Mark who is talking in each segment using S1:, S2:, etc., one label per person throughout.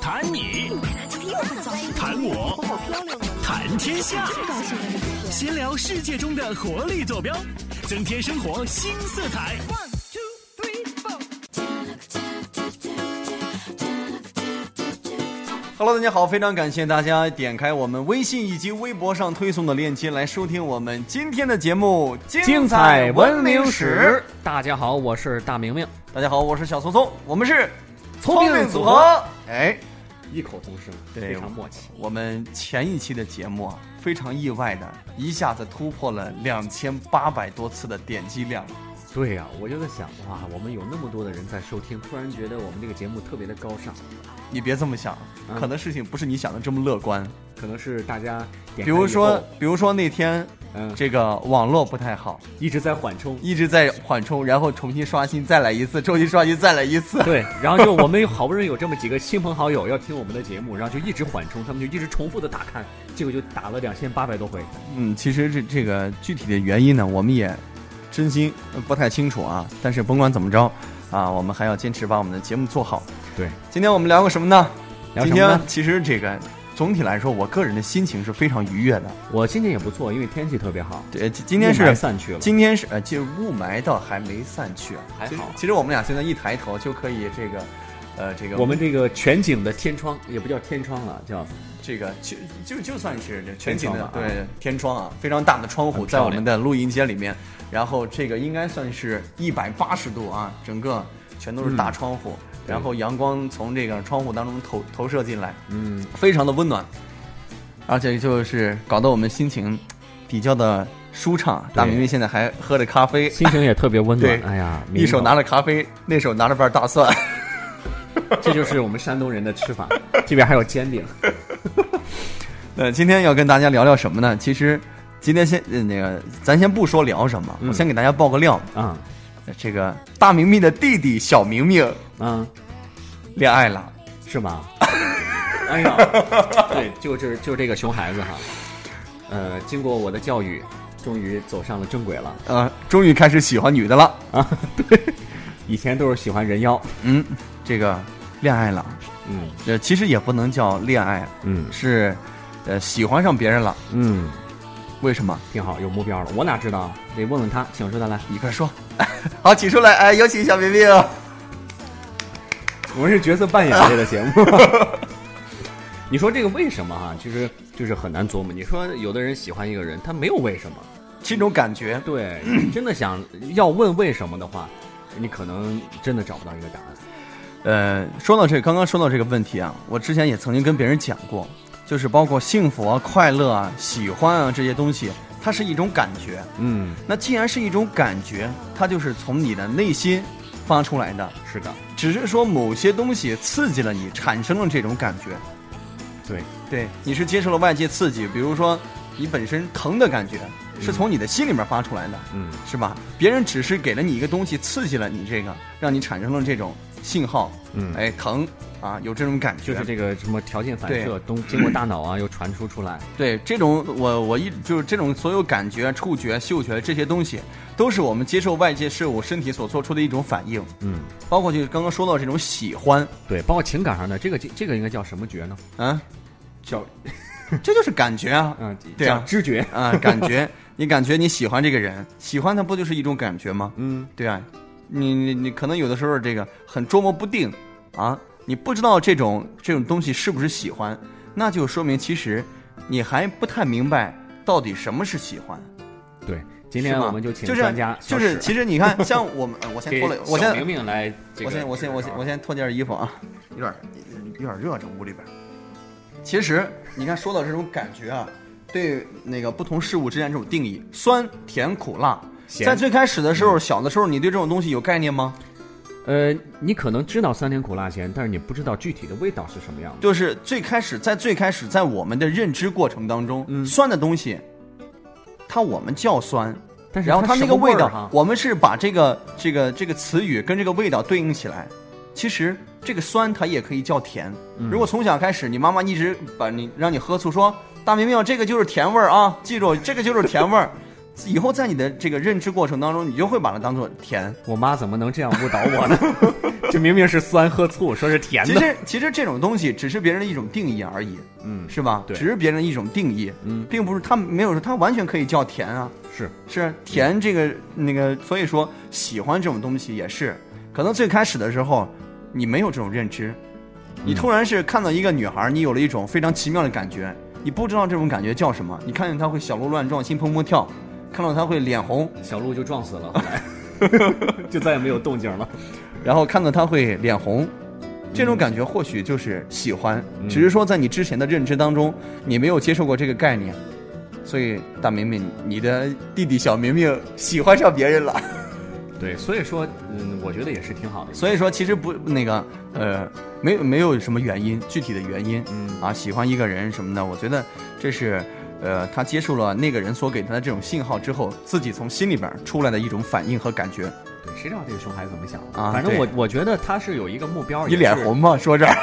S1: 谈你，谈我，嗯谈天下，闲聊世界中的活力坐标，增添生活新色彩。
S2: Hello，大家好，非常感谢大家点开我们微信以及微博上推送的链接来收听我们今天的节目《
S3: 精彩
S2: 彩
S3: 文
S2: 明
S3: 明史。。大家好，我是大明明，
S2: 大家好，我是小聪聪，我们是
S3: 聪明
S2: 组
S3: 组合
S2: 合。哎，
S3: 异口同声，
S2: 对
S3: 非常默契。
S2: 我们前一期的节目啊，非常意外的一下子突破了两千八百多次的点击量。
S3: 对呀、我就在想，哇，我们有那么多的人在收听，突然觉得我们这个节目特别的高尚，
S2: 你别这么想，
S3: 嗯
S2: 可能事情不是你想的这么乐观。
S3: 可能是大家点
S2: 比
S3: 开以后
S2: 如说，比如说那天
S3: 嗯，
S2: 这个网络不太好，
S3: 一直在缓冲。
S2: 一直在缓冲，然后重新刷新，再来一次，重新刷新，再来一次。
S3: 对，然 后就我们有好不容易有这么几个亲朋好友要听我们的节目，然后就一直缓冲，他们就一直重复的打看，结果就打了两千八百多回。
S2: 嗯，其实这这个具体的原因呢，我们也真心呃不太清楚啊。但是甭管怎么着啊，我们还要坚持把我们的节目做好。
S3: 对，
S2: 今天我们聊个什么呢？
S3: 聊什
S2: 今
S3: 么呢
S2: 天其实这个总体来说，我个人的心情是非常愉悦的。
S3: 我心情也不错，因为天气特别好，
S2: 对，今今天
S3: 雾霾
S2: 是
S3: 散去了。
S2: 今天是呃，这雾霾倒还没散去，
S3: 还
S2: 其实
S3: 好
S2: 其实我们俩现在一抬头就可以这个，呃，这个
S3: 我们这个全景的天窗也不叫天窗了，叫
S2: 这个就就就算是这全景
S3: 天窗
S2: 的
S3: 吧
S2: 对天窗啊，非常大的窗户
S3: 很漂
S2: 在
S3: 亮
S2: 我们的录音间里面，然后这个应该算是一百八十度啊，整个全都是大窗户，
S3: 嗯对
S2: 然后阳光从这个窗户当中投投射进来，
S3: 嗯，
S2: 非常的温暖，而且就是搞得我们心情比较的舒畅。大明明现在还喝着咖啡，。
S3: 心情也特别温暖哎呀，
S2: 一手拿
S3: 了，
S2: 着咖啡，那手拿着瓣大蒜。
S3: 这就是我们山东人的吃法。这边还有煎 饼，
S2: 呃，今天要跟大家聊聊什么呢？其实今天先呃那个，咱先不说聊什么，
S3: 嗯
S2: 我先给大家爆个料。
S3: 啊
S2: 呃这个大明明的弟弟小明明
S3: 啊，
S2: 恋爱了。
S3: 是 吗？哎呀，对，就是就是这个熊孩子哈，呃，经过我的教育，终于走上了正轨了。
S2: 呃，终于开始喜欢女的了。
S3: 以前都是喜欢人妖，
S2: 嗯，这个恋爱了，
S3: 嗯
S2: 呃，其实也不能叫恋爱，
S3: 嗯
S2: 是，呃，喜欢上别人了。
S3: 嗯，
S2: 为什么？
S3: 挺好，有目标了。我哪知道？得问问他，请出他来。
S2: 你快说。 好，请出来，哎，有请小明明。
S3: 我们是角色扮演类的节目。 你说这个为什么哈、其实就是很难琢磨。你说有的人喜欢一个人，他没有为什么。
S2: 这种感觉，
S3: 对，真的想要问为什么的话，你可能真的找不到一个答案。
S2: 呃，说到这，刚刚说到这个问题啊，我之前也曾经跟别人讲过，就是包括幸福啊、快乐啊、喜欢啊这些东西，它是一种感觉。
S3: 嗯，
S2: 那既然是一种感觉，它就是从你的内心发出来的，
S3: 是的，
S2: 只是说某些东西刺激了你，产生了这种感觉。
S3: 对，
S2: 对，你是接受了外界刺激，比如说你本身疼的感觉，是从你的心里面发出来的，
S3: 嗯，
S2: 是吧？别人只是给了你一个东西，刺激了你这个，让你产生了这种信号，
S3: 嗯
S2: 哎，疼啊，有这种感
S3: 就
S2: 觉，
S3: 是这个什么条件反
S2: 对
S3: 射，东经过大脑啊又传输出来。
S2: 对这种我我一就是这种所有感觉、触觉、嗅觉这些东西，都是我们接受外界事物身体所做出的一种反应，
S3: 嗯，
S2: 包括就是刚刚说到这种喜欢，
S3: 对，包括情感上的这个这个应该叫什么觉呢？
S2: 啊，
S3: 叫
S2: 这就是感觉啊，
S3: 嗯，
S2: 对啊
S3: 叫知觉。
S2: 啊，感觉你感觉你喜欢这个人，喜欢他不就是一种感觉吗？
S3: 嗯，
S2: 对啊，你你你可能有的时候这个很捉摸不定啊，你不知道这种这种东西是不是喜欢，那就说明其实你还不太明白到底什么是喜欢。
S3: 嗯对，今
S2: 是
S3: 天
S2: 吗
S3: 我们就请
S2: 就是
S3: 专家
S2: 就
S3: 小
S2: 是，
S3: 史
S2: 其实你看，像我们，呃我先
S3: 给
S2: 脱了，我
S3: 小
S2: 先
S3: 明明来这个，
S2: 我先我先我先我先脱件衣服啊，有点有点热，这屋里边。其实你看，说到这种感觉啊，对那个不同事物之间这种定义，酸甜苦辣，
S3: 咸嗯
S2: 在最开始的时候，小的时候，你对这种东西有概念吗？
S3: 呃，你可能知道酸甜苦辣咸，但是你不知道具体的味道是什么样的。
S2: 就是最开始，在最开始，在我们的认知过程当中，
S3: 嗯
S2: 酸的东西，它我们叫酸，
S3: 但是
S2: 然后
S3: 它
S2: 它那
S3: 什
S2: 个
S3: 么味
S2: 味啊
S3: 儿
S2: 道，
S3: 哈
S2: 我们是把这个这个这个词语跟这个味道对应起来。其实这个酸它也可以叫甜。
S3: 嗯
S2: 如果从小开始，你妈妈一直把你让你喝醋说，大明明这个就是甜味儿啊，记住这个就是甜味儿。以后在你的这个认知过程当中，你就会把它当做甜。
S3: 我妈怎么能这样误导我呢？ 这明明是酸喝醋，说是甜
S2: 其
S3: 的。
S2: 实其实这种东西只是别人的一种定义而已，
S3: 嗯，
S2: 是吧？
S3: 对
S2: 只是别人的一种定义，
S3: 嗯
S2: 并不是他没有说他完全可以叫甜啊，
S3: 是
S2: 是甜这个那个，所以说喜欢这种东西也是，可能最开始的时候你没有这种认知，
S3: 嗯
S2: 你突然是看到一个女孩，你有了一种非常奇妙的感觉，你不知道这种感觉叫什么，你看见她会小鹿乱撞，心砰砰跳，看到她会脸红，
S3: 小鹿就撞死了，后来 就再也没有动静了。
S2: 然后看到她会脸红。这种感觉或许就是喜欢，
S3: 嗯
S2: 只是说在你之前的认知当中，你没有接受过这个概念，所以大明明，你的弟弟小明明喜欢上别 人了。
S3: 对，所以说，嗯，我觉得也是挺好的。
S2: 所以说，其实不那个，呃，没有没有什么原因，具体的原因，
S3: 嗯
S2: 啊，喜欢一个人什么的，我觉得这是，呃，他接受了那个人所给他的这种信号之后，自己从心里边儿出来的一种反应和感觉。
S3: 对，谁知道这个熊孩子怎么想的？
S2: 啊
S3: 反正
S2: 对
S3: 我我觉得他是有一个目标，
S2: 你
S3: 也
S2: 脸
S3: 是
S2: 红吗？说这儿，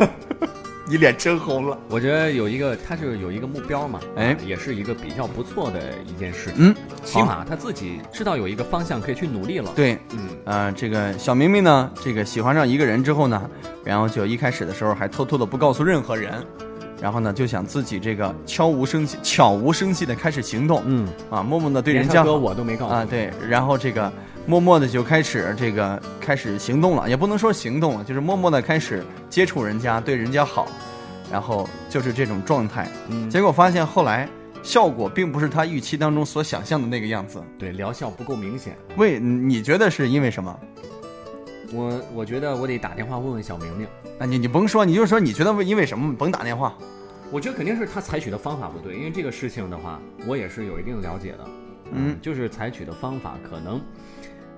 S2: 你脸真红了。
S3: 我觉得有一个，他是有一个目标嘛，
S2: 哎
S3: 啊也是一个比较不错的一件事情。
S2: 嗯，
S3: 起码他自己知道有一个方向可以去努力了。，
S2: 对，
S3: 嗯，
S2: 呃，这个小明明呢，这个喜欢上一个人之后呢，然后就一开始的时候还偷偷的不告诉任何人，然后呢就想自己这个悄无声息、悄无声息的开始行动，
S3: 嗯，
S2: 啊，默默的对
S3: 连
S2: 人
S3: 唱
S2: 家
S3: 歌我都没告诉
S2: 啊，
S3: 你，
S2: 对，然后这个默默的就开始这个开始行动了，也不能说行动了，就是默默的开始接触人家，对人家好，然后就是这种状态。
S3: 嗯，
S2: 结果发现后来效果并不是他预期当中所想象的那个样子。
S3: 对疗效不够明显。
S2: 喂，你觉得是因为什么？
S3: 我我觉得我得打电话问问小明明，
S2: 啊，你你甭说，你就说你觉得为因为什么？甭打电话。
S3: 我觉得肯定是他采取的方法不对，因为这个事情的话，我也是有一定了解的。
S2: 嗯
S3: 就是采取的方法可能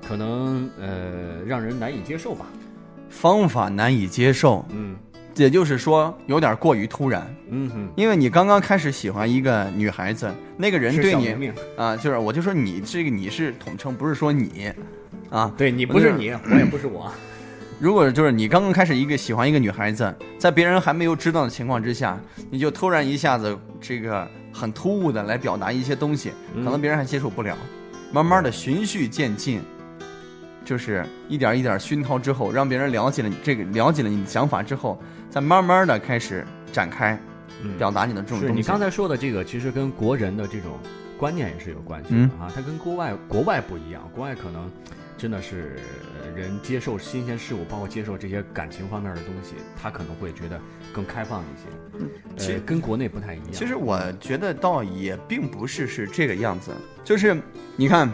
S3: 可能呃让人难以接受吧。
S2: 方法难以接受，
S3: 嗯
S2: 也就是说有点过于突然。
S3: 嗯哼，
S2: 因为你刚刚开始喜欢一个女孩子，那个人
S3: 是
S2: 对
S3: 小
S2: 你
S3: 明明
S2: 啊、就是我就说你这个你是统称，不是说你啊。
S3: 对你
S2: 我
S3: 不
S2: 就是
S3: 你，我也不是我。啊
S2: 如果就是你刚刚开始一个喜欢一个女孩子，在别人还没有知道的情况之下，你就突然一下子这个很突兀的来表达一些东西，可能别人还接受不了。慢慢的循序渐进，就是一点一点熏陶之后，让别人了解了你这个了解了你的想法之后，再慢慢的开始展开
S3: 嗯
S2: 表达你的这种
S3: 是
S2: 东西。
S3: 你刚才说的这个，其实跟国人的这种观念也是有关系的
S2: 嗯
S3: 啊。它跟国外国外不一样，国外可能真的是呃人接受新鲜事物，包括接受这些感情方面的东西，他可能会觉得更开放一些。
S2: 嗯其
S3: 呃，跟国内不太一样。
S2: 其实我觉得倒也并不是是这个样子，就是你看，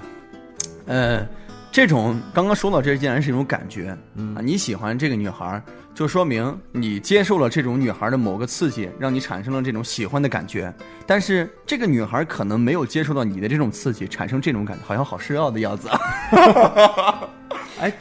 S2: 呃，这种刚刚说到这，竟然是一种感觉、
S3: 嗯
S2: 啊，你喜欢这个女孩儿，就说明你接受了这种女孩儿的某个刺激，让你产生了这种喜欢的感觉。但是这个女孩儿可能没有接受到你的这种刺激，产生这种感觉，好像好深奥的样子。
S3: 哎，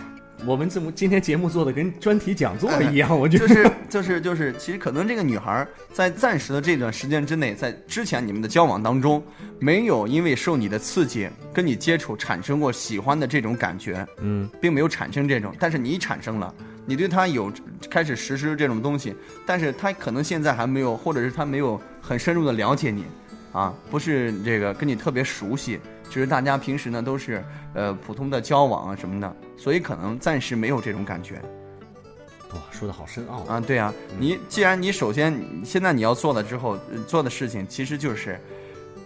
S3: 我们怎么今天节目做的跟专题讲座一 样？我觉
S2: 就
S3: 得
S2: 是就是就是，其实可能这个女孩儿在暂时的这段时间之内，在之前你们的交往当中，没有因为受你的刺激跟你接触产生过喜欢的这种感觉，
S3: 嗯。
S2: 并没有产生这种，但是你产生了，你对她有开始实施这种东西，但是她可能现在还没有，或者是她没有很深入的了解你，啊，不是这个跟你特别熟悉，只是大家平时呢都是呃普通的交往啊什么的，所以可能暂时没有这种感觉。
S3: 哇，说的好深奥啊！
S2: 啊，对啊，你既然你首先现在你要做的之后呃做的事情，其实就是，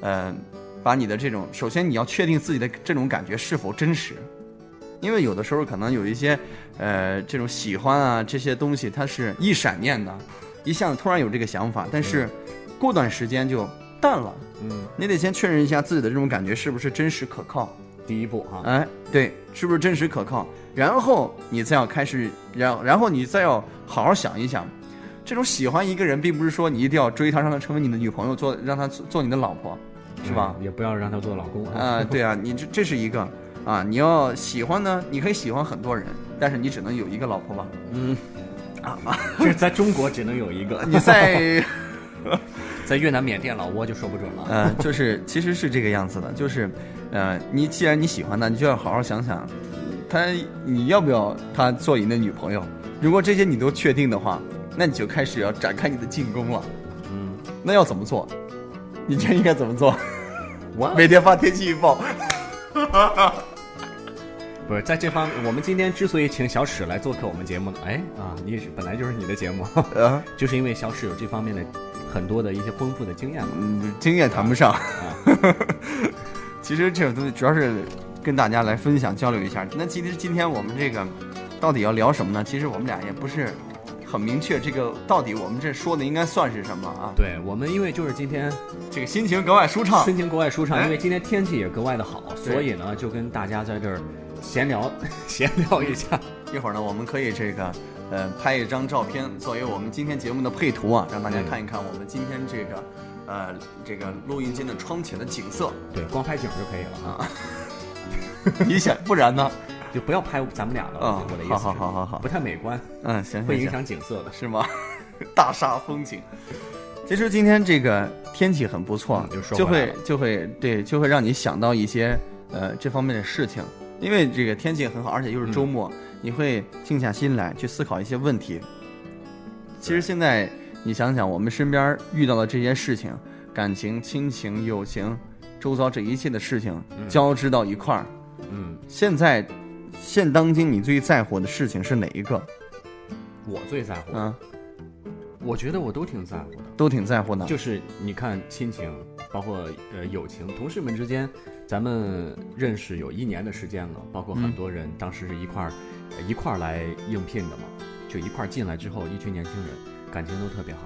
S2: 呃，把你的这种，首先你要确定自己的这种感觉是否真实，因为有的时候可能有一些，呃，这种喜欢啊这些东西，它是一闪念的，一下子突然有这个想法，但是过段时间就淡了。
S3: 嗯，
S2: 你得先确认一下自己的这种感觉是不是真实可靠，
S3: 第一步啊，
S2: 哎，对，是不是真实可靠？然后你再要开始，然然后你再要好好想一想，这种喜欢一个人，并不是说你一定要追她，让她成为你的女朋友，做让她做做你的老婆，是吧
S3: 嗯？？也不要让她做老公
S2: 啊、
S3: 啊！
S2: 对啊，你这这是一个啊，你要喜欢呢，你可以喜欢很多人，但是你只能有一个老婆吧？
S3: 这是在中国只能有一个，
S2: 你在。
S3: 在越南、缅甸、老挝就说不准了。
S2: 呃，就是其实是这个样子的，就是，呃，你既然你喜欢他，你就要好好想想，他你要不要他做你的女朋友？如果这些你都确定的话，那你就开始要展开你的进攻了。
S3: 嗯，
S2: 那要怎么做？你觉得应该怎么做？
S3: 我
S2: 每天发天气预报，
S3: 不是在这方面，我们今天之所以请小史来做客我们节目呢，哎啊，你也是本来就是你的节目，
S2: 呃，
S3: 就是因为小史有这方面的很多的一些丰富的经验嘛。
S2: 嗯，经验谈不上。 其实这种东西主要是跟大家来分享交流一下。那其实今天我们这个到底要聊什么呢？其实我们俩也不是很明确，这个到底我们这说的应该算是什么啊？
S3: 对我们，因为就是今天
S2: 这个心情格外舒畅。
S3: 心情格外舒畅，
S2: 哎
S3: 因为今天天气也格外的好，所以呢，就跟大家在这儿闲聊 闲聊一下。
S2: 一会儿呢，我们可以这个呃拍一张照片作为我们今天节目的配图啊，让大家
S3: 嗯
S2: 看一看我们今天这个呃这个录音间的窗前的景色。
S3: 对，光拍景就可以了啊，
S2: 你想，不然呢？
S3: 就不要拍咱们俩了。
S2: 啊
S3: 我的意思是，
S2: 好好好好好
S3: 不太美观，
S2: 嗯，行
S3: 会影
S2: 行行，
S3: 响景色的。
S2: 是吗？ 大煞风景。其实今天这个天气很不错，
S3: 嗯就说
S2: 就
S3: 回来
S2: 会就会对就会让你想到一些呃这方面的事情，因为这个天气很好，而且又是周末，
S3: 嗯
S2: 你会静下心来去思考一些问题。其实现在你想想，我们身边遇到的这些事情，感情、亲情、友情，周遭这一切的事情交织到一块儿，
S3: 嗯，
S2: 现在现当今你最在乎的事情是哪一个？
S3: 我最在乎，
S2: 嗯，
S3: 我觉得我都挺在乎的。
S2: 都挺在乎的。
S3: 就是你看亲情，包括呃友情，同事们之间，咱们认识有一年的时间了，包括很多人当时是一块儿、呃一块儿来应聘的嘛，就一块儿进来之后，一群年轻人感情都特别好。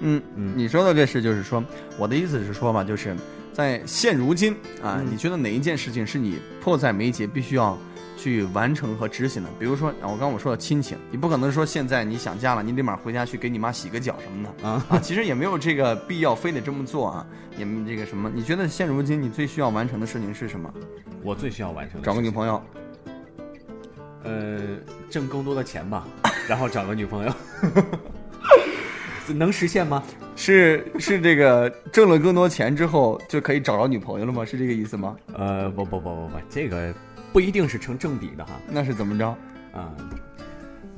S2: 嗯，
S3: 嗯
S2: 你说的这事就是说，我的意思是说吧，就是在现如今啊，
S3: 嗯
S2: 你觉得哪一件事情是你迫在眉睫必须要去完成和执行的？比如说，啊我刚刚我说的亲情，你不可能说现在你想家了，你立马回家去给你妈洗个脚什么的
S3: 啊
S2: 啊，其实也没有这个必要非得这么做啊，也没这个什么。你觉得现如今你最需要完成的事情是什么？
S3: 我最需要完成的
S2: 找个
S3: 事
S2: 女
S3: 情
S2: 朋友，
S3: 呃，挣更多的钱 吧，然后找个女朋友， 能实现吗？
S2: 是是这个挣了更多钱之后就可以找着女朋友了吗？是这个意思吗？
S3: 呃，不不不不不，这个不一定是成正比的哈。
S2: 那是怎么着？
S3: 啊、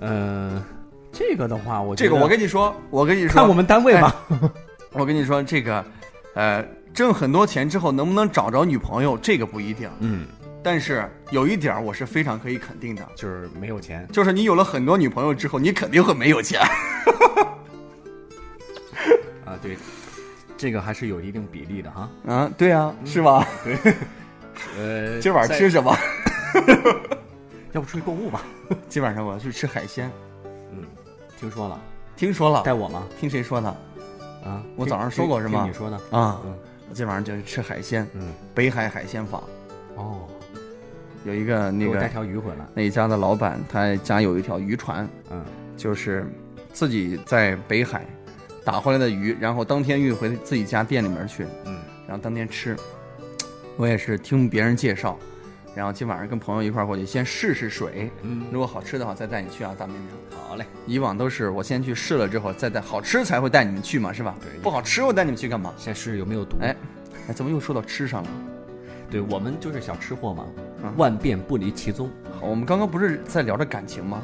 S3: 呃，这个的话，我觉
S2: 这个
S3: 得
S2: 我跟你说，我跟你说，
S3: 看我们单位吧。
S2: 我跟你说，这个，呃，挣很多钱之后能不能找着女朋友，这个不一定。
S3: 嗯，
S2: 但是有一点儿我是非常可以肯定的，
S3: 就是没有钱。
S2: 就是你有了很多女朋友之后，你肯定会没 有钱。
S3: 啊，对，这个还是有一定比例的哈。
S2: 啊，对啊，是吧？
S3: 呃，
S2: 今晚
S3: 嗯在
S2: 吃，什么？
S3: 要不出去购物吧？
S2: 今晚上我要去吃海鲜。
S3: 嗯，听说了，
S2: 听说了
S3: 带，我吗？
S2: 听谁说的？
S3: 啊，
S2: 啊我
S3: 听
S2: 早上说过
S3: 听
S2: 是吗
S3: 听你说的，
S2: 啊，
S3: 嗯
S2: 我今晚上就去吃海鲜，
S3: 嗯，
S2: 北海海鲜坊
S3: 哦，
S2: 有一个
S3: 给
S2: 那
S3: 我带
S2: 个
S3: 条鱼回来，
S2: 那一家的老板，他家有一条渔船，
S3: 嗯，
S2: 就是自己在北海打回来的鱼，然后当天运回自己家店里面去，
S3: 嗯，
S2: 然后当天吃。我也是听别人介绍，然后今晚上跟朋友一块儿过去，先试试水，
S3: 嗯，
S2: 如果好吃的话再带你去啊，大明明。
S3: 好嘞，
S2: 以往都是我先去试了之后再带，好吃才会带你们去嘛，是吧？
S3: 对
S2: 不好吃我带你们去干嘛？
S3: 先试试有没有毒。
S2: 哎，哎，怎么又说到吃上了？
S3: 对我们就是小吃货嘛，
S2: 嗯
S3: 万变不离其宗，
S2: 好，我们刚刚不是在聊着感情吗？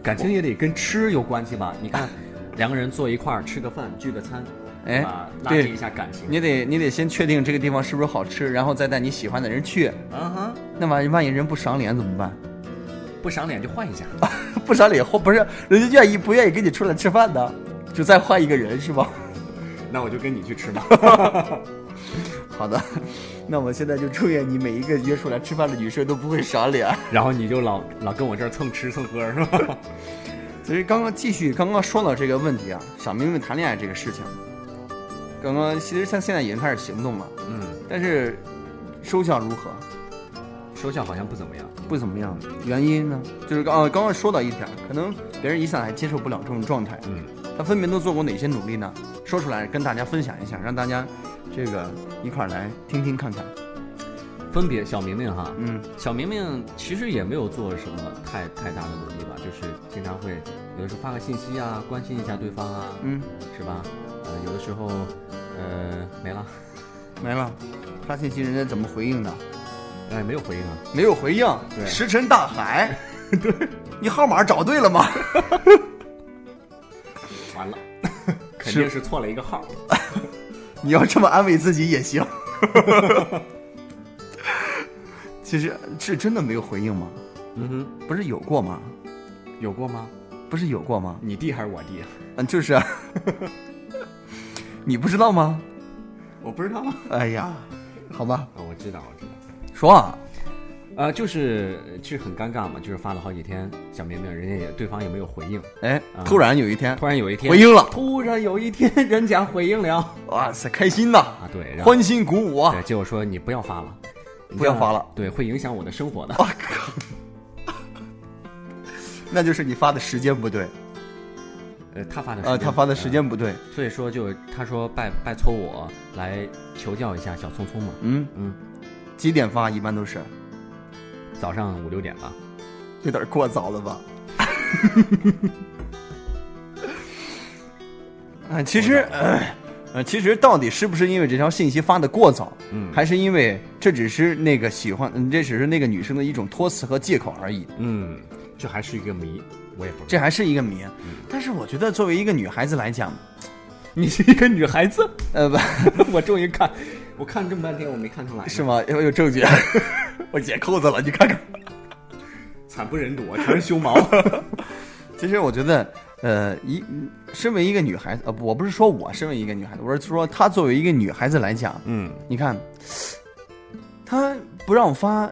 S3: 感情也得跟吃有关系吧？你看，两个人坐一块儿吃个饭，聚个餐，
S2: 嗯哎
S3: 是吧拉
S2: 对
S3: 近一下感情。
S2: 你得你得先确定这个地方是不是好吃，然后再带你喜欢的人去。
S3: 啊哈，
S2: 那万一万一人不赏脸怎么办？
S3: 不赏脸就换一下。
S2: 不赏脸或不是人家愿意不愿意跟你出来吃饭呢？就再换一个人是吧？
S3: 那我就跟你去吃吧。
S2: 好的， 那我现在就祝愿你每一个约出来吃饭的女生都不会赏脸。
S3: 然后你就老老跟我这儿蹭吃蹭喝是吧？
S2: 所以刚刚继续刚刚说到这个问题啊，小明明谈恋爱这个事情，刚刚其实像现在已经开始行动了，
S3: 嗯，
S2: 但是收效如何？
S3: 收效好像不怎么样。
S2: 不怎么样，原因呢？就是刚啊刚刚说到一点，可能别人一上来接受不了这种状态，
S3: 嗯，
S2: 他分别都做过哪些努力呢？说出来跟大家分享一下，让大家这个一块儿来听听看看。
S3: 分别小明明哈，
S2: 嗯，
S3: 小明明其实也没有做什么太太大的努力吧，就是经常会有的时候发个信息啊，关心一下对方啊，
S2: 嗯，
S3: 是吧？呃，有的时候，呃，没了，
S2: 没了。发信息人家怎么回应的？
S3: 哎，没有回应啊。
S2: 没有回应，
S3: 对
S2: 石沉 大海。对，你号码找对了吗？
S3: 完了，肯定是错了一个号。
S2: 你要这么安慰自己也行。 其实是真的没有回应吗？
S3: 嗯哼，
S2: 不是有过吗？
S3: 有过吗？
S2: 不是有过吗？
S3: 你弟还是我弟？
S2: 嗯，就是 啊，你不知道吗？
S3: 我不知道啊，
S2: 哎呀，好吧，
S3: 哦我知道，我知道。
S2: 说啊，
S3: 呃，就是其实很尴尬嘛，就是发了好几天小明明，人家也对方也没有回应。
S2: 哎，
S3: 啊
S2: 突然有一天，
S3: 突然有一天
S2: 回应了，
S3: 突然有一天人家回应了
S2: 哇塞，开心呐，
S3: 啊，对，然后
S2: 欢欣鼓舞啊
S3: 对，！结果说你不要发了，哦
S2: 不要发了
S3: 你这样，对，会影响我的生活的。
S2: 我靠，那就是你发的时间不对，
S3: 呃，他发的时
S2: 呃，
S3: 间
S2: 他发的时，间不对，
S3: 呃所以说就他说拜拜托我来求教一下小聪聪嘛，
S2: 嗯
S3: 嗯，
S2: 几点发一般都是，
S3: 早上五六点吧，
S2: 有点过早了吧？啊，其实， 呃，呃其实到底是不是因为这条信息发的过早，
S3: 嗯
S2: 还是因为这只是那个喜欢，嗯这只是那个女生的一种托词和借口而已，
S3: 嗯，这还是一个谜，我也不知
S2: 这
S3: 道。
S2: 还是一个谜。啊但是我觉得作为一个女孩子来讲，
S3: 你是一个女孩子，
S2: 呃，不
S3: 我终于看，我看这么半天我没看出来，
S2: 是吗？有有证据，啊 我解扣子了，你看看。
S3: 惨不忍睹，啊，全是胸毛。
S2: 其实我觉得，呃，一嗯身为一个女孩子，呃，不我不是说我身为一个女孩子，我是说她作为一个女孩子来讲，
S3: 嗯
S2: 你看，她不让发，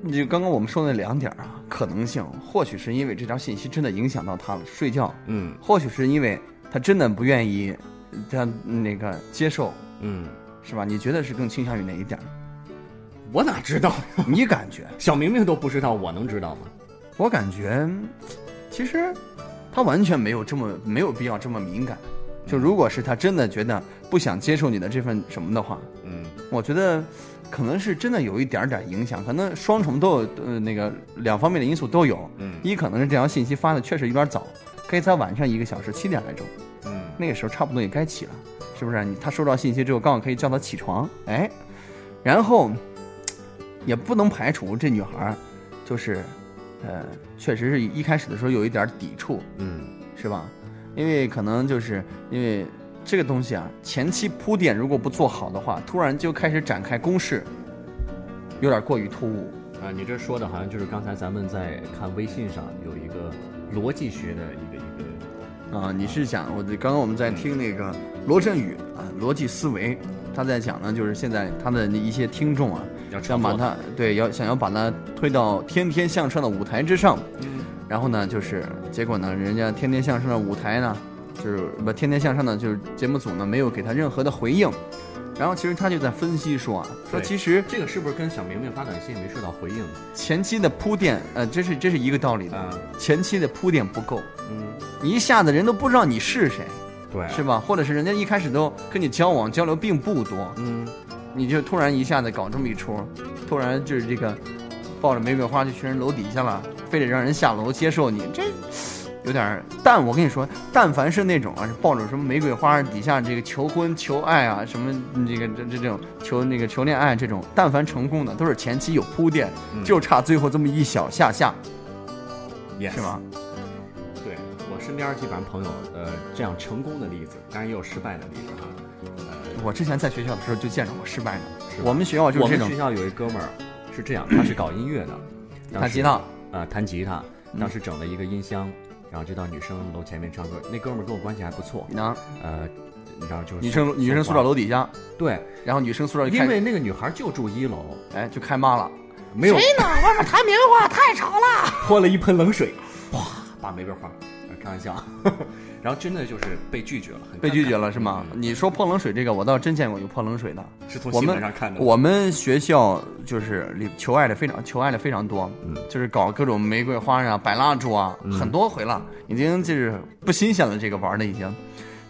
S2: 你就刚刚我们说的那两点儿啊，可能性，或许是因为这条信息真的影响到她了，睡觉，
S3: 嗯
S2: 或许是因为她真的不愿意，她那个接受，
S3: 嗯，
S2: 是吧？你觉得是更倾向于哪一点儿？
S3: 我哪知道？
S2: 你感觉？
S3: 小明明都不知道，我能知道吗？
S2: 我感觉，其实他完全没有这么没有必要这么敏感。就如果是他真的觉得不想接受你的这份什么的话，
S3: 嗯
S2: 我觉得可能是真的有一点点影响，可能双重都有呃那个两方面的因素都有。
S3: 嗯
S2: 一可能是这条信息发的确实有点早，可以在晚上一个小时七点来钟，
S3: 嗯。
S2: 那个时候差不多也该起了，是不是？你他收到信息之后，刚好可以叫他起床，哎，然后也不能排除这女孩儿就是，呃，确实是一开始的时候有一点儿抵触，
S3: 嗯
S2: 是吧？因为可能就是因为这个东西啊，前期铺垫如果不做好的话，突然就开始展开攻势，有点过于突兀。
S3: 啊，你这说的好像就是刚才咱们在看微信上有一个逻辑学的一个一个，
S2: 啊，你是想我刚刚我们在听那个罗振宇啊，逻辑思维，他在讲呢，就是现在他的一些听众啊，
S3: 要
S2: 想把他对要想要把他推到天天向上的舞台之上，
S3: 嗯
S2: 然后呢，就是结果呢，人家天天向上的舞台呢，就是不天天向上的就是节目组呢没有给他任何的回应，然后其实他就在分析说啊，说
S3: 对
S2: 其实
S3: 这个是不是跟小明明发短信没收到回应？
S2: 前期的铺垫，呃，这是这是一个道理的，
S3: 啊，
S2: 前期的铺垫不够，
S3: 嗯，哎
S2: 你一下子人都不知道你是谁。
S3: 对，
S2: 是，吧？或者是人家一开始都跟你交往交流并不多，
S3: 嗯，
S2: 你就突然一下子搞这么一出，突然就是这个抱着玫瑰花就去人楼底下了，非得让人下楼接受你，这有点儿。但我跟你说，但凡是那种啊，是抱着什么玫瑰花底下这个求婚求爱啊，什么这个这这这种求那个求恋爱这种，但凡成功的都是前期有铺垫，
S3: 嗯
S2: 就差最后这么一小下下，
S3: 也
S2: 是吗？？
S3: 对我身边基本上朋友，呃，这样成功的例子，当然也有失败的例子哈。
S2: 我之前在学校的时候就见着过失败的，
S3: 是吧
S2: 我们学校就是
S3: 我
S2: 这
S3: 们
S2: 种
S3: 学校有一哥们儿是这样，他是搞音乐的，当
S2: 弹
S3: 时
S2: 吉他。嗯
S3: 啊，弹吉他，当时整了一个音箱，然后就到女生楼前面唱歌。那哥们儿跟我关系还不错，
S2: 啊，
S3: 呃，然后就是
S2: 女生
S3: 送
S2: 女生
S3: 送
S2: 宿
S3: 花
S2: 舍楼底下，
S3: 对，
S2: 然后女生宿舍就
S3: 因
S2: 开
S3: 为那个女孩就住一楼，
S2: 哎就开骂了，
S3: 没有
S2: 哎呢？外面弹棉花太吵了。
S3: 泼了一盆冷水，哗，把玫瑰花，呃开玩笑 啊，然后真的就是被拒绝了，很尴尬 嗯
S2: 被拒绝了是吗？你说泼冷水这个，我倒真见过有泼冷水的。
S3: 是从
S2: 我
S3: 新闻
S2: 们
S3: 上看的，
S2: 我们学校就是里求爱的非常求爱的非常多，就是搞各种玫瑰花啊、摆蜡烛啊，很多回了，已经就是不新鲜了。这个玩的已经，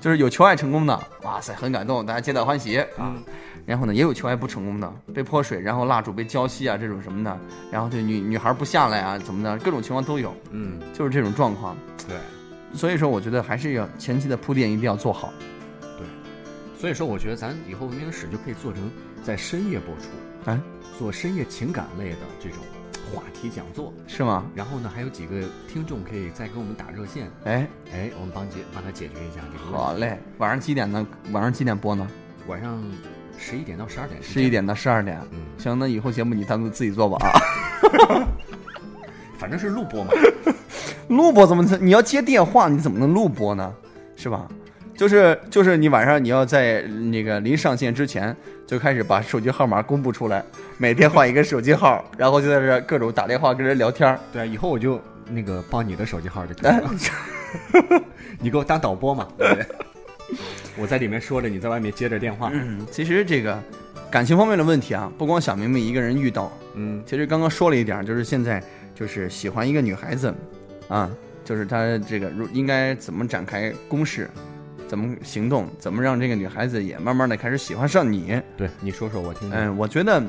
S2: 就是有求爱成功的，哇塞，很感动，大家皆大欢喜啊。然后呢，也有求爱不成功的，被泼水，然后蜡烛被浇熄啊，这种什么的，然后这女女孩不下来啊，怎么的，各种情况都有，
S3: 嗯，
S2: 就是这种状况。
S3: 对，
S2: 所以说，我觉得还是要前期的铺垫一定要做好。
S3: 所以说我觉得咱以后文明史就可以做成在深夜播出，
S2: 哎，
S3: 做深夜情感类的这种话题讲座。
S2: 是吗？
S3: 然后呢，还有几个听众可以再给我们打热线，
S2: 哎，
S3: 哎，嗯我们帮解帮他解决一下这个问题。
S2: 好嘞，晚上几点呢？晚上几点播呢？
S3: 晚上十一点到十二点之间，
S2: 十一点到十二点。
S3: 嗯
S2: 行，那以后节目你单独自己做吧啊。
S3: 反正是录播嘛。
S2: 录播怎么？你要接电话，你怎么能录播呢？是吧？就是就是，你晚上你要在那个临上线之前就开始把手机号码公布出来，每天换一个手机号，然后就在这儿各种打电话跟人聊天儿。
S3: 对，啊以后我就那个报你的手机号就可以 了。你给我当导播嘛，对不对？我在里面说着，你在外面接着电话。
S2: 嗯，其实这个感情方面的问题啊，不光小明明一个人遇到，
S3: 嗯，
S2: 其实刚刚说了一点儿，就是现在就是喜欢一个女孩子，啊，就是他这个如应该怎么展开攻势，怎么行动，怎么让这个女孩子也慢慢的开始喜欢上你。
S3: 对，你说说我听听。
S2: 嗯，我觉得，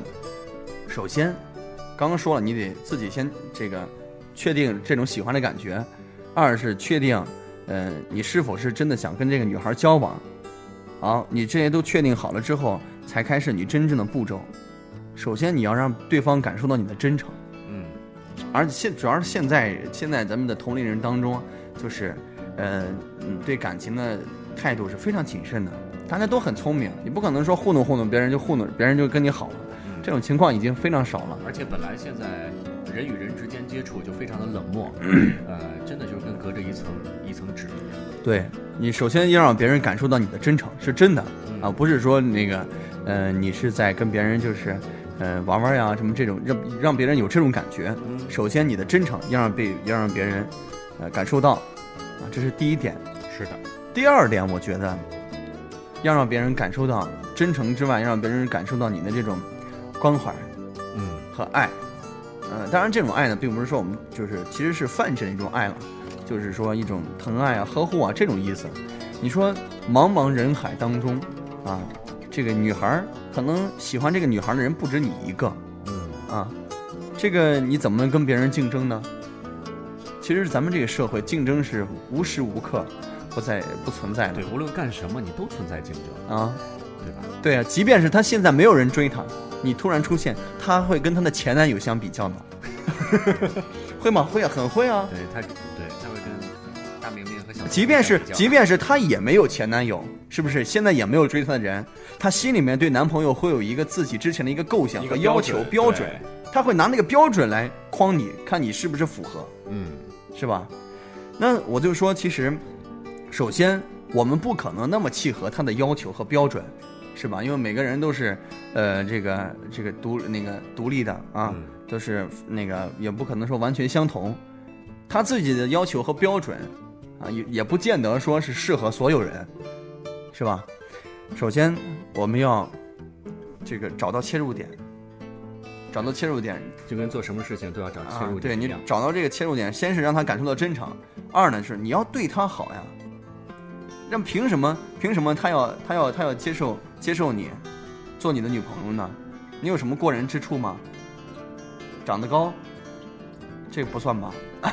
S2: 首先，刚刚说了，你得自己先这个确定这种喜欢的感觉；二是确定，呃，你是否是真的想跟这个女孩交往。好，你这些都确定好了之后，才开始你真正的步骤。首先，你要让对方感受到你的真诚，
S3: 嗯
S2: 而且现主要是现在现在咱们的同龄人当中，啊就是，呃，嗯，对感情的态度是非常谨慎的。大家都很聪明，你不可能说糊弄糊弄别人就糊弄，别人就跟你好了。
S3: 嗯
S2: 这种情况已经非常少了。
S3: 而且本来现在人与人之间接触就非常的冷 漠，呃，真的就是跟隔着一层一层纸一样。
S2: 对你，首先要让别人感受到你的真诚是真的
S3: 嗯
S2: 啊，不是说那个，呃，你是在跟别人就是，呃，玩玩呀什么这种，让让别人有这种感觉。
S3: 嗯
S2: 首先，你的真诚要让被要让别人，呃，感受到，啊，这是第一点。
S3: 是的，
S2: 第二点，我觉得要让别人感受到真诚之外，要让别人感受到你的这种关怀
S3: 嗯
S2: 和爱。呃，当然，这种爱呢，并不是说我们就是其实是泛指的一种爱了，就是说一种疼爱啊、呵护啊这种意思。你说茫茫人海当中啊，这个女孩儿可能喜欢这个女孩儿的人不止你一个
S3: 嗯，
S2: 啊，这个你怎么能跟别人竞争呢？其实咱们这个社会竞争是无时无刻不在不存在的。
S3: 对，无论干什么，你都存在竞争，
S2: 啊，
S3: 对吧？
S2: 对啊，即便是她现在没有人追她，你突然出现，她会跟她的前男友相比较吗？ 会吗？会啊，很会啊。
S3: 对他，对他会跟大明明和小明明
S2: 即便是
S3: 比较
S2: 即便是她也没有前男友，是不是？现在也没有追她的人，她心里面对男朋友会有一个自己之前的一个构想
S3: 一
S2: 和
S3: 个
S2: 要求标准，
S3: 对
S2: 她会拿那个标准来框你，看你是不是符合。
S3: 嗯
S2: 是吧？那我就说，其实，首先我们不可能那么契合他的要求和标准，是吧？因为每个人都是，呃，这个这个独那个独立的啊，
S3: 嗯
S2: 都是那个也不可能说完全相同，他自己的要求和标准啊，也也不见得说是适合所有人，是吧？首先，我们要这个找到切入点，找到切入点，
S3: 就跟做什么事情都要找切
S2: 啊
S3: 入，
S2: 对
S3: 点一
S2: 你
S3: 样。
S2: 找到这个切入点，先是让他感受到真诚，二呢是你要对他好呀。那凭什么？凭什么他要他要他要接受接受你，做你的女朋友呢？你有什么过人之处吗？长得高，这不算吧？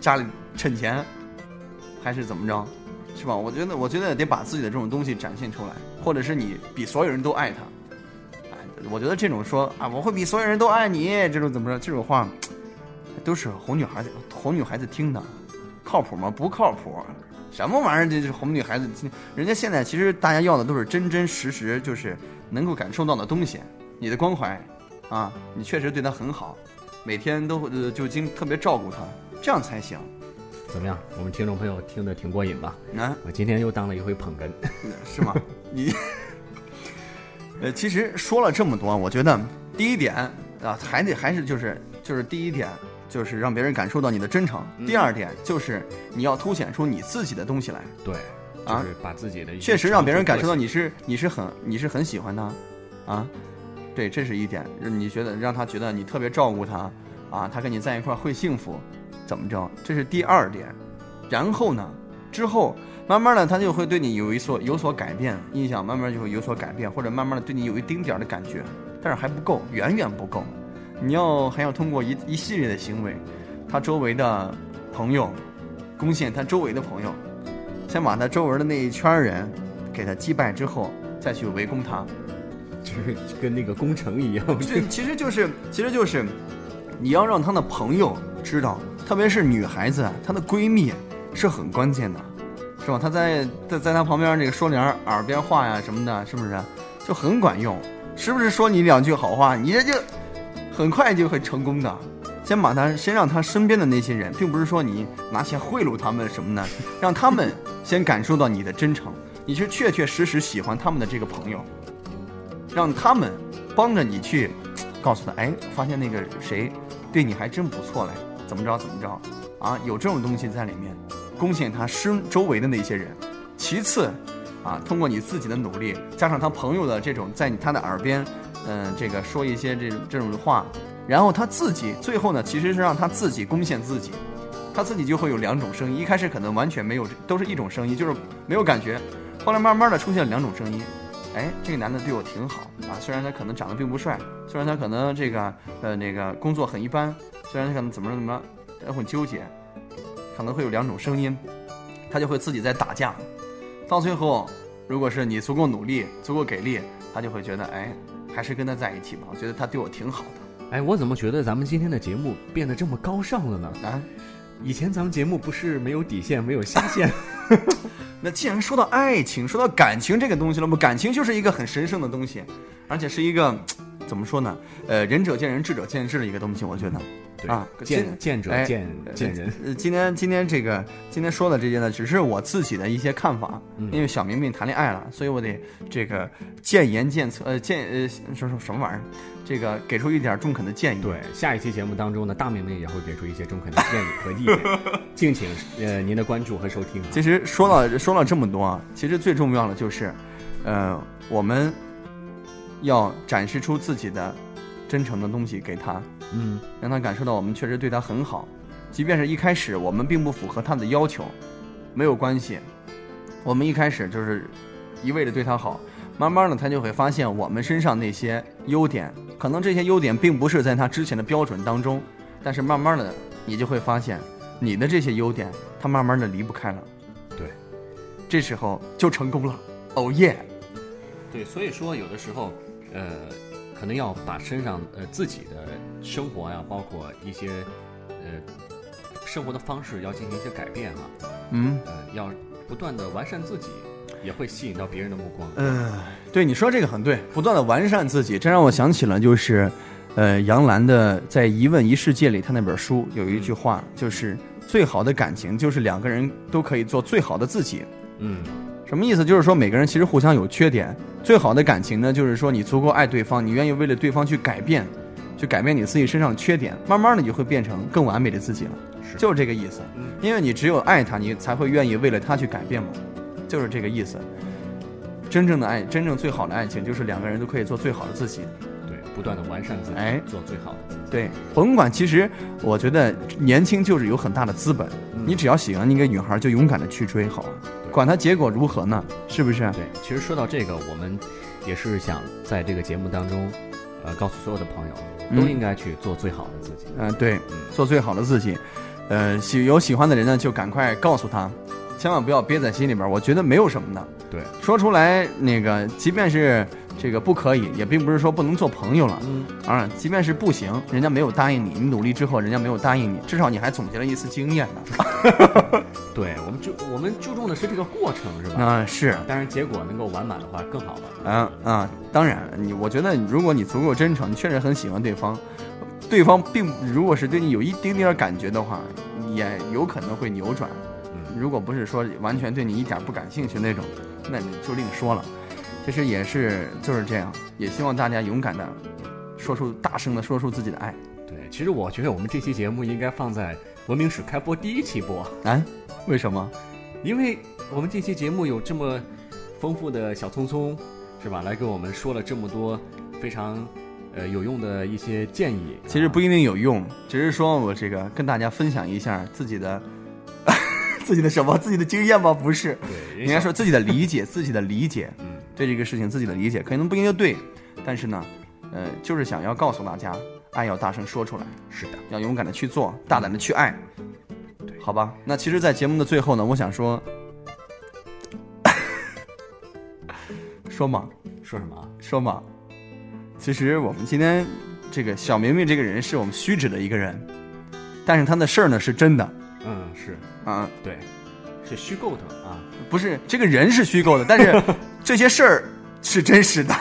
S2: 家里趁钱，还是怎么着？是吧？我觉得我觉得得把自己的这种东西展现出来，或者是你比所有人都爱他。哎，我觉得这种说啊，我会比所有人都爱你，这种怎么着？这种话都是哄女孩子、哄女孩子听的，靠谱吗？不靠谱，什么玩意儿？这是哄女孩子听。人家现在其实大家要的都是真真实实，就是能够感受到的东西，你的关怀啊，你确实对她很好，每天都会呃就经特别照顾她，这样才行。
S3: 怎么样？我们听众朋友听得挺过瘾吧？
S2: 啊，
S3: 我今天又当了一回捧 哏。
S2: 是吗？你，呃，其实说了这么多，我觉得第一点啊，还得还是就是就是第一点就是让别人感受到你的真诚，第二点就是你要凸显出你自己的东西来，
S3: 对，
S2: 啊
S3: 就是把自己的一些
S2: 确实让别人感受到
S3: 长
S2: 你是你是很你是很喜欢他，啊，对，这是一点，让你觉得让他觉得你特别照顾他，啊，他跟你在一块儿会幸福，怎么着？这是第二点，然后呢，之后慢慢的他就会对你有一所有所改变，印象慢慢就会有所改变，或者慢慢的对你有一丁点儿的感觉，但是还不够，远远不够，你要还要通过一一系列的行为，他周围的朋友，攻陷他周围的朋友，先把他周围的那一圈儿人给他击败之后，再去围攻他。
S3: 就是 就跟那个工程一样。
S2: 这其实就是，其实就是，你要让她的朋友知道，特别是女孩子，啊她的闺蜜是很关键的，是吧？她在在在她旁边这个说点儿耳边话呀什么的，是不是？啊就很管用，时不时说你两句好话，你这就很快就会成功的。先把他，先让他身边的那些人，并不是说你拿钱贿赂他们什么的，让他们先感受到你的真诚，你是确确实实喜欢他们的这个朋友，让他们帮着你去告诉他，哎，发现那个谁对你还真不错嘞，怎么着怎么着，啊，有这种东西在里面，贡献他身周围的那些人。其次，啊，通过你自己的努力，加上他朋友的这种在你他的耳边，嗯、这个说一些这种这种话，然后他自己最后呢，其实是让他自己攻陷自己，他自己就会有两种声音，一开始可能完全没有，都是一种声音，就是没有感觉，后来慢慢的出现了两种声音。哎，这个男的对我挺好啊，虽然他可能长得并不帅，虽然他可能这个呃那个工作很一般，虽然他可能怎么着怎么着，呃很纠结，可能会有两种声音，他就会自己在打架，到最后，如果是你足够努力、足够给力，他就会觉得，哎，还是跟他在一起吧。我觉得他对我挺好
S3: 哎，我怎么觉得咱们今天的节目变得这么高尚了呢？
S2: 的啊。
S3: 以前咱们节目不是没有底线，没有下 限，
S2: 那既然说到爱情，说到感情这个东西了，我们感情就是一个很神圣的东西，而且是一个怎么说呢？呃，仁者见仁，智者见智的一个东西，我觉得。
S3: 对
S2: 啊
S3: 见
S2: 今
S3: 见者
S2: 哎
S3: 见
S2: 呃
S3: 见人，
S2: 呃，今天今天这个今天说的这些呢，只是我自己的一些看法，
S3: 嗯
S2: 因为小明明谈恋爱了，所以我得这个建言建策，呃建呃什么什么玩意儿，这个给出一点中肯的建议。
S3: 对，下一期节目当中呢，大明明也会给出一些中肯的建议和意 见，敬请呃您的关注和收听啊。
S2: 其实说了说了这么多啊，其实最重要的就是，呃，我们要展示出自己的真诚的东西给他，
S3: 嗯，
S2: 让他感受到我们确实对他很好，即便是一开始我们并不符合他的要求，没有关系，我们一开始就是一味的对他好，慢慢的他就会发现我们身上那些优点，可能这些优点并不是在他之前的标准当中，但是慢慢的你就会发现你的这些优点，他慢慢的离不开了，
S3: 对，
S2: 这时候就成功了，哦耶！
S3: 对，所以说有的时候，呃，可能要把身上呃自己的生活呀、包括一些呃生活的方式要进行一些改变啊，
S2: 嗯。
S3: 呃，要不断的完善自己，也会吸引到别人的目光。
S2: 嗯，对你说这个很对，不断的完善自己，这让我想起了就是，呃，杨澜的在《一问一世界》里，他那本书有一句话，就是最好的感情就是两个人都可以做最好的自己。
S3: 嗯，
S2: 什么意思？就是说每个人其实互相有缺点，最好的感情呢，就是说你足够爱对方，你愿意为了对方去改变，去改变你自己身上的缺点，慢慢的你就会变成更完美的自己了，
S3: 是
S2: 就是这个意思
S3: 嗯。
S2: 因为你只有爱他，你才会愿意为了他去改变嘛，就是这个意思。真正的爱，真正最好的爱情，就是两个人都可以做最好的自己。
S3: 对，不断的完善自己，
S2: 哎
S3: 做最好的自己。
S2: 对，甭管，其实我觉得年轻就是有很大的资本，
S3: 嗯
S2: 你只要喜欢一个女孩，就勇敢的去追，好啊，管她结果如何呢？是不是？
S3: 对，其实说到这个，我们也是想在这个节目当中，呃，告诉所有的朋友，都
S2: 嗯
S3: 应该去做最好的自己。
S2: 嗯、对，做最好的自己。呃，喜有喜欢的人呢，就赶快告诉他，千万不要憋在心里边儿。我觉得没有什么的，
S3: 对，
S2: 说出来那个，即便是这个不可以，也并不是说不能做朋友了。
S3: 嗯，
S2: 啊，即便是不行，人家没有答应你，你努力之后，人家没有答应你，至少你还总结了一次经验呢。
S3: 嗯对，我们注我们注重的是这个过程，是吧？
S2: 啊，是，
S3: 当然，结果能够完满的话更好了。
S2: 啊啊，当然，你我觉得如果你足够真诚，你确实很喜欢对方，对方并如果是对你有一丁点儿感觉的话，也有可能会扭转。
S3: 嗯，
S2: 如果不是说完全对你一点儿不感兴趣那种，那你就另说了。其实也是就是这样，也希望大家勇敢的说出大声的说出自己的爱。
S3: 对，其实我觉得我们这期节目应该放在文明史开播第一期播，
S2: 啊，为什么？
S3: 因为我们这期节目有这么丰富的小聪聪，是吧？来给我们说了这么多非常呃有用的一些建议。
S2: 其实
S3: 啊
S2: 不一定有用，只是说我这个跟大家分享一下自己的 自己的什么自己的经验吗？不是，
S3: 对，人
S2: 应该
S3: 家
S2: 说自己的理解，自己的理解。
S3: 嗯，
S2: 对这个事情自己的理解，可能不一定对，但是呢，呃，就是想要告诉大家，爱要大声说出来，
S3: 嗯是的，
S2: 要勇敢的去做，大胆的去爱，
S3: 对
S2: 好吧？那其实，在节目的最后呢，我想说， 说嘛
S3: 说什么啊？
S2: 说嘛，其实我们今天这个小明明这个人是我们虚指的一个人，但是他的事儿呢是真的
S3: 嗯，是
S2: 啊、
S3: 对，是虚构的啊。
S2: 不是这个人是虚构的，但是 这些事儿是真实的。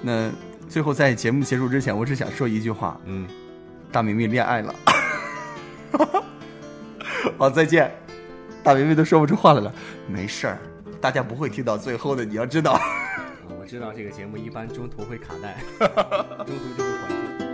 S2: 那最后在节目结束之前，我只想说一句话：
S3: 嗯，
S2: 大明明恋爱了。 好，再见。大明明都说不出话来了，没事儿，大家不会听到最后的，你要知道。
S3: 我知道这个节目一般中途会卡带，中途就会缓过。